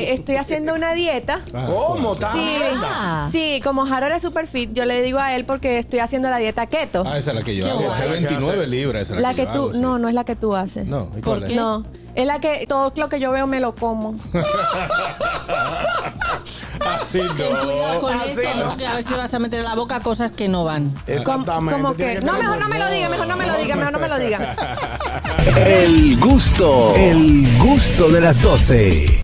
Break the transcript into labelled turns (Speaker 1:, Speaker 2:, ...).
Speaker 1: estoy haciendo una dieta.
Speaker 2: Ah.
Speaker 3: ¿Cómo? ¿Estás
Speaker 1: Sí,
Speaker 3: hablando?
Speaker 1: sí, como Harold es super fit, yo le digo a él porque estoy haciendo la dieta keto.
Speaker 2: Ah, esa es la que yo
Speaker 4: Qué
Speaker 2: hago.
Speaker 4: guay.
Speaker 2: Esa es 29 libras. Esa es la,
Speaker 1: la que
Speaker 2: yo
Speaker 1: tú,
Speaker 2: hago, sí.
Speaker 1: no, no es la que tú haces.
Speaker 2: No, ¿y
Speaker 4: ¿Por
Speaker 2: cuál es?
Speaker 4: qué?
Speaker 1: No, es la que todo lo que yo veo me lo como.
Speaker 2: Así
Speaker 4: Ten cuidado
Speaker 2: no.
Speaker 4: con
Speaker 3: así
Speaker 4: eso,
Speaker 3: no.
Speaker 4: ¿no? que a veces te vas a meter en la boca cosas que no van.
Speaker 3: Exactamente.
Speaker 1: Como
Speaker 3: tiene
Speaker 1: que,
Speaker 3: ser
Speaker 1: no, mejor no me lo
Speaker 3: humor.
Speaker 1: diga, mejor no me lo diga, mejor no me lo diga.
Speaker 5: El gusto, el gusto de las 12.